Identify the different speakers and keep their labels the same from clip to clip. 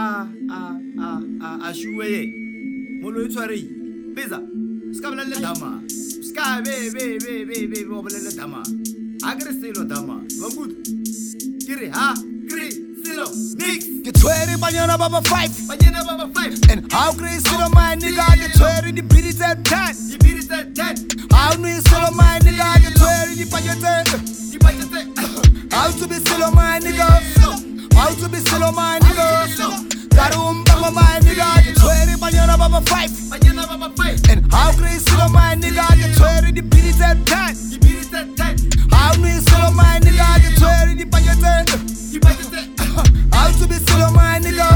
Speaker 1: Ah, ashuweye ah, molo e tshwarei pesa se ka bolelele dama se ka bebebebebe wa bolelele dama ga ke re selo dama bankut ke re ha ke re selo nix
Speaker 2: ke tshwere banyana ba ba five
Speaker 1: banyena ba ba five
Speaker 2: and how crazy selo my nigga ke tshwere dibidi tse ten
Speaker 1: dibiri tse ten
Speaker 2: how new selo my nigga ke tshwere dipanyo tse
Speaker 1: dipatse tse
Speaker 2: how to be selo my nigga how to be selo my nigga ka re o mbango my nigga ke tshwere banyana ba ba five
Speaker 1: banyena ba ba five
Speaker 2: and how crazy selo my nigga ke tshwere dibidi tse ten
Speaker 1: dibiri tse ten
Speaker 2: how new selo my nigga ke tshwere dipanyo tse
Speaker 1: dipatse tse
Speaker 2: How to be solo my nigga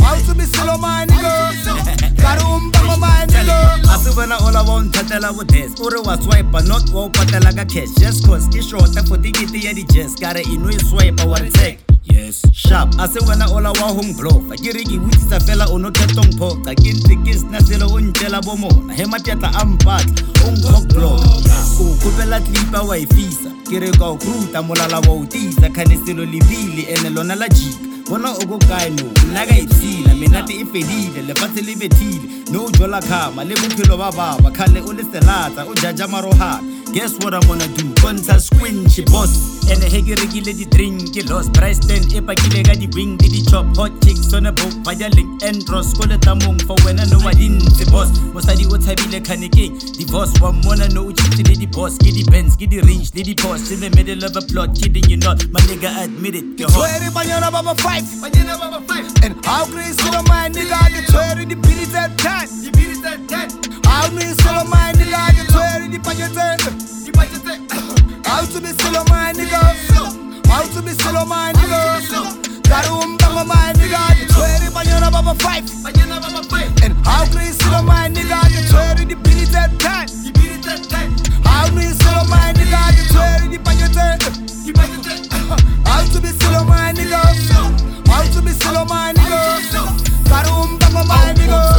Speaker 2: How to be solo my nigga Gotta umbango my nigga
Speaker 3: a se wena o lava o nthatela vudes u ri wa swipa not wa u patela ka cash just cause i shota for tikiti ya di-jes karhi ino yi swipa wa riteka yes sharp a se wena o lava home blofa ke ri ke vutisa fela o no ketongphoqa ke ntikisi na selo o ntlela vo mona he matetla a mpatla o nkhoblova o kopela tlipa wa yi fisa ke re ka o kruta molala wa o tisa khane selo lebile ene lona la jika bona o ko kae no nna ka ipshila menate e fedile lefatshe le bethile ne o jola kgama le bophelo ba baba kgale o le selatsa o jaja marogana guess what i'm gonna do bontsha squinchi boss ene he ke rekile di-drink ke los briston e pakile ka di-wing le di-chop hot chicks on a book violink andros ko letamong for wena no wa dintse boss mosadi o tshabile kganekeng divorce wa mmona no o chitsile di-boss ke di-bens ke di-range le di-pos in the middle of a plot kidding you not my nigga admit it you're hot.
Speaker 2: Twenty banyana baba five
Speaker 1: banyena ba ba five
Speaker 2: And how crazy solo my nigga Get twenty the beat is at ten
Speaker 1: dibiri tse ten
Speaker 2: How me solo my nigga Get twenty the packet
Speaker 1: dipatse tse
Speaker 2: How to be solo my nigga How to be solo my nigga Gotta umbango my nigga Get twenty banyana baba five
Speaker 1: banyena ba ba five
Speaker 2: And how crazy solo my nigga Get twenty the beat is at ten
Speaker 1: dibiri tse ten
Speaker 2: How me solo my nigga Get twenty the packet
Speaker 1: dipatse tse
Speaker 2: How to be solo my nigga How to be solo my nigga Gotta umbango my nigga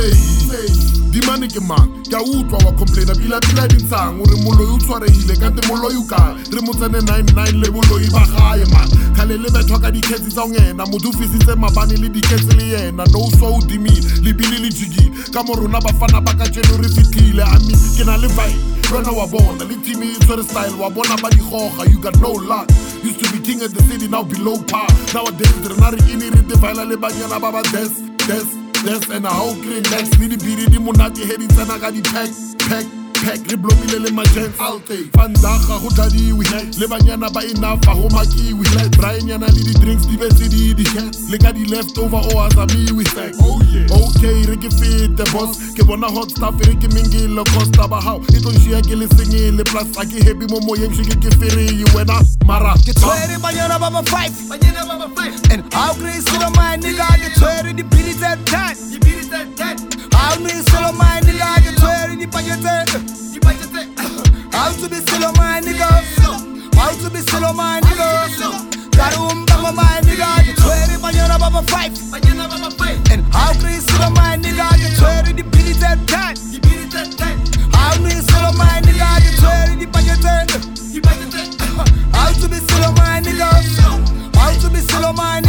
Speaker 4: dimane ke mang ke a utlwa wa complaina bila-bila dintshang ore moloi o tshwaregile kante moloi o kae re mo tsene 99 le boloi ba gae man kgale le bethwa ka dikgetsi tsa ngena motho o fisitse mabane le dikgetsi le yena no so o dimile lebile le jikile ka mo rona bafana ba ka tseno re fitlhile ami ke na le vi rona wa bona le teame e tshwere style wa bona ba digoga you got no luck used to be king at the city now below par nowadays rena re ine re divaela le banyana ba ba des des Yes, and a whole green legs le dibiri di monate he di tsena ka di-pack pack pack re blomile le majens alte fandaga go dadiwe le banyana ba enafa go makiwe braenyana le di-drinks di betse di oh, di-cats le ka di-left over o azamiwe okay re ke fete boss ke bona hot stuff re ke mengele costa ba gago e tlonsia ke le sengele plus a ke happy mo moyeng se ke ke fereye wena mara
Speaker 2: Get twenty banyana baba five
Speaker 1: banyena ba ba five
Speaker 2: And how crazy solo my nigga Get twenty the beat is at ten
Speaker 1: dibiri tse ten
Speaker 2: How me solo my nigga Get twenty the packet
Speaker 1: dipatse tse
Speaker 2: How to be solo my nigga How to be solo my nigga Gotta umbango my nigga Get twenty banyana baba five
Speaker 1: banyena ba ba five
Speaker 2: And how crazy solo my nigga Get twenty the beat is at ten
Speaker 1: dibiri tse ten
Speaker 2: How me solo my nigga Get twenty the packet
Speaker 1: dipatse tse
Speaker 2: How to be solo my nigga How to be solo my